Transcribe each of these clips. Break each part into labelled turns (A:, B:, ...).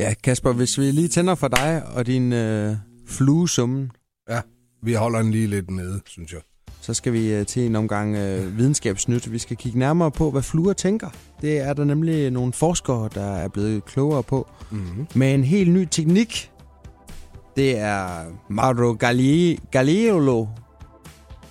A: Ja, Kasper, hvis vi lige tænder for dig og din øh, fluesummen,
B: Ja, vi holder den lige lidt nede, synes jeg.
A: så skal vi øh, til en omgang øh, videnskabsnyt. Vi skal kigge nærmere på, hvad fluer tænker. Det er der nemlig nogle forskere, der er blevet klogere på.
B: Mm-hmm.
A: Med en helt ny teknik. Det er Mauro Galli- Galliolo,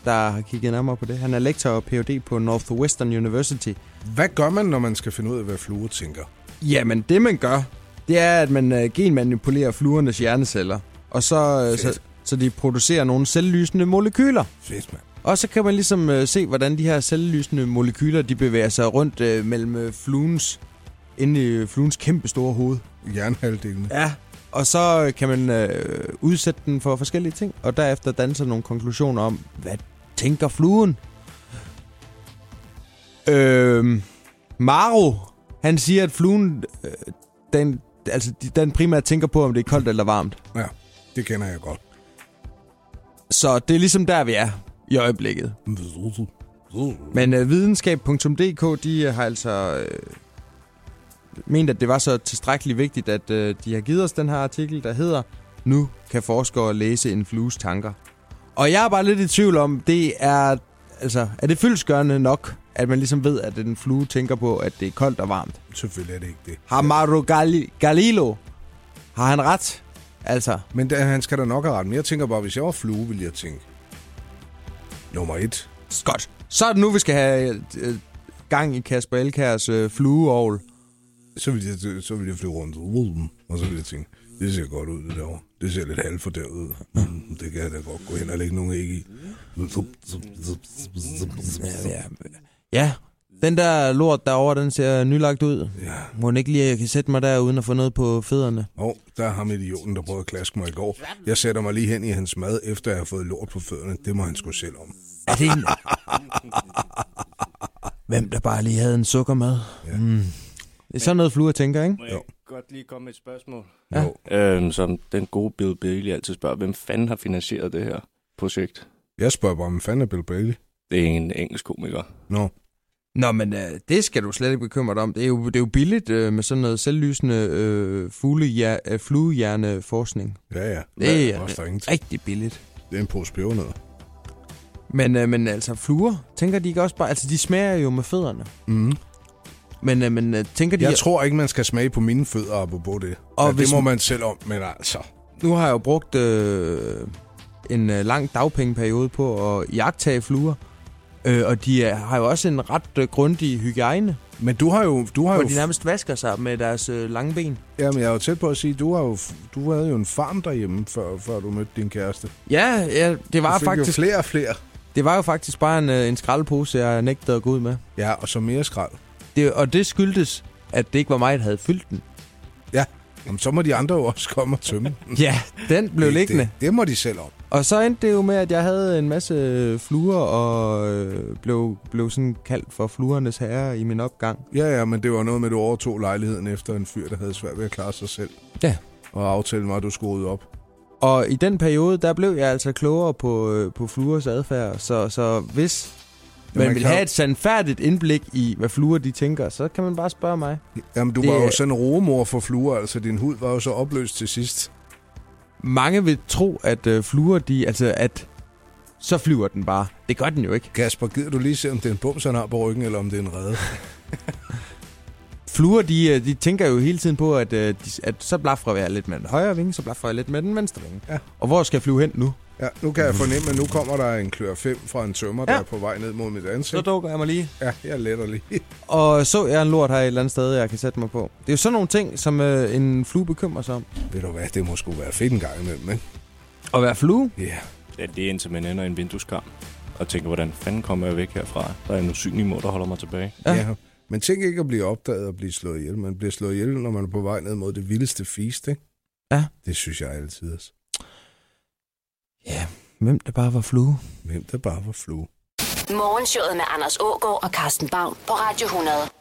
A: der har kigget nærmere på det. Han er lektor og Ph.D. på Northwestern University.
B: Hvad gør man, når man skal finde ud af, hvad fluer tænker?
A: Jamen, det man gør, det er, at man øh, genmanipulerer fluernes hjerneceller. Og så, øh, så,
B: Fedt.
A: så de producerer nogle selvlysende molekyler.
B: Fedt, mand.
A: Og så kan man ligesom øh, se, hvordan de her selvlysende molekyler, de bevæger sig rundt øh, mellem øh, fluens, inde i øh, fluens kæmpe store hoved.
B: Jernhalvdelene.
A: Ja. Og så øh, kan man øh, udsætte den for forskellige ting, og derefter danse nogle konklusioner om, hvad tænker fluen? Øhm, Maro, han siger, at fluen, øh, den, altså, de- den primært tænker på, om det er koldt eller varmt.
B: Ja, det kender jeg godt.
A: Så det er ligesom der, vi er i øjeblikket. Men øh, videnskab.dk, de øh, har altså øh, ment, at det var så tilstrækkeligt vigtigt, at øh, de har givet os den her artikel, der hedder Nu kan forskere læse en flues tanker. Og jeg er bare lidt i tvivl om, det er, altså, er det fyldsgørende nok, at man ligesom ved, at en flue tænker på, at det er koldt og varmt?
B: Selvfølgelig er det ikke det.
A: Har Mauro Gali- Galilo, har han ret? Altså,
B: Men der, han skal da nok have ret. Men jeg tænker bare, hvis jeg var flue, ville jeg tænke... Nummer et.
A: godt. Så er det nu, vi skal have øh, gang i Kasper Elkærs øh, flueovl.
B: Så ville jeg, så ville jeg flyve rundt. Og så ville jeg tænke, det ser godt ud, det derovre. Det ser lidt halvt for derud. Det kan jeg da godt gå hen og lægge nogle æg i.
A: Ja, ja, den der lort derovre, den ser nylagt ud.
B: Ja.
A: Må den ikke lige, jeg kan sætte mig der, uden at få noget på fødderne?
B: Og der er ham idioten, der prøvede at klaske mig i går. Jeg sætter mig lige hen i hans mad, efter jeg har fået lort på fødderne. Det må han sgu selv om.
A: Er det en... Hvem der bare lige havde en sukkermad? Ja. Mm. Det er sådan noget, fluer tænker, ikke?
C: Må jeg godt lige komme med et spørgsmål?
A: Ja.
B: Jo.
C: Øhm, som den gode Bill Bailey altid spørger, hvem fanden har finansieret det her projekt?
B: Jeg spørger bare, om fanden er Bill Bailey?
C: Det er en engelsk komiker.
B: Nå,
A: Nå, men øh, det skal du slet ikke bekymre dig om. Det er jo, det er jo billigt øh, med sådan noget selvlysende øh, fuglehjer- øh, fluehjerneforskning.
B: ja ja.
A: Det er-
B: koster ingenting.
A: Rigtig billigt.
B: Det er en pose pebernødder.
A: Men, øh, men altså, fluer, tænker de ikke også bare... Altså, de smager jo med fødderne.
B: Mm.
A: Men, øh, men øh, tænker de...
B: Jeg tror ikke, man skal smage på mine fødder, apropos det.
A: Og
B: Og ja, det
A: hvis
B: må
A: man-
B: man selv om, men altså...
A: Nu har jeg jo brugt øh, en øh, lang dagpengeperiode på at jagtage fluer. Øh, og de er, har jo også en ret øh, grundig hygiejne,
B: Men du har jo... Du har
A: hvor
B: jo
A: de nærmest vasker sig med deres øh, lange ben.
B: jamen, jeg er jo tæt på at sige, du, har jo, du havde jo en farm derhjemme, før, før du mødte din kæreste.
A: Ja, ja det, var
B: du fik
A: faktisk,
B: jo flere og flere.
A: det var jo faktisk bare en, øh, en skraldepose, jeg nægtede at gå ud med.
B: Ja, og så mere skrald.
A: Det, og det skyldtes, at det ikke var mig, der havde fyldt den.
B: Ja, jamen, så må de andre jo også komme og tømme. den.
A: Ja, den blev liggende.
B: Det, det må de selv om.
A: Og så endte det jo med, at jeg havde en masse øh, fluer, og øh, blev, blev sådan kaldt for fluernes herre i min opgang.
B: Ja, ja, men det var noget med, at du overtog lejligheden efter en fyr, der havde svært ved at klare sig selv.
A: Ja.
B: Og aftalen var, at du skulle rydde op.
A: Og i den periode, der blev jeg altså klogere på, øh, på fluers adfærd, så, så hvis
B: Ja, man
A: man vil
B: kan
A: have
B: jo-
A: et sandfærdigt indblik i, hvad fluer de tænker, så kan man bare spørge mig.
B: Jamen, du
A: Det-
B: det... var jo sådan en rogemor for fluer, altså din hud var jo så opløst til sidst.
A: Mange vil tro, at øh, fluer, de, altså at så flyver den bare. Det gør den jo ikke.
B: Kasper, gider du lige se, om det er en bums, han har på ryggen, eller om det er en redde?
A: Fluer, de, øh, de tænker jo hele tiden på, at, øh, de, at så blaffer jeg lidt med den højre vinge, så blaffer jeg lidt med den venstre vinge.
B: Ja.
A: Og hvor skal jeg flyve hen nu?
B: Ja, nu kan jeg fornemme, at nu kommer der en klør 5 fra en tømmer, ja.
A: Ja.
B: der er på vej ned mod mit
A: Så
B: ansigt.
A: dukker jeg mig lige.
B: Ja, jeg letter lige.
A: Og så jeg en lort her et eller andet sted, jeg kan sætte mig på. Det er jo sådan nogle ting, som øh, en flue bekymrer sig om.
B: Ved du hvad, det må sgu være fedt en gang imellem, ikke?
A: At være flue,
B: Ja.
C: Ja, det er indtil man ender i en vindueskarm og tænker, hvordan fanden kommer jeg væk herfra? Der er en usynlig mor, der holder mig tilbage.
A: Ja.
B: Ja. ja. Men tænk ikke at blive opdaget og blive slået ihjel. Man bliver slået ihjel, når man er på vej ned mod det vildeste feast, ikke?
A: Ja.
B: Det synes jeg altid. altså.
A: Ja, hvem der bare var flue.
B: Hvem der bare var flue.
D: Morgenshowet med Anders Ågaard og Carsten Baum på Radio 100.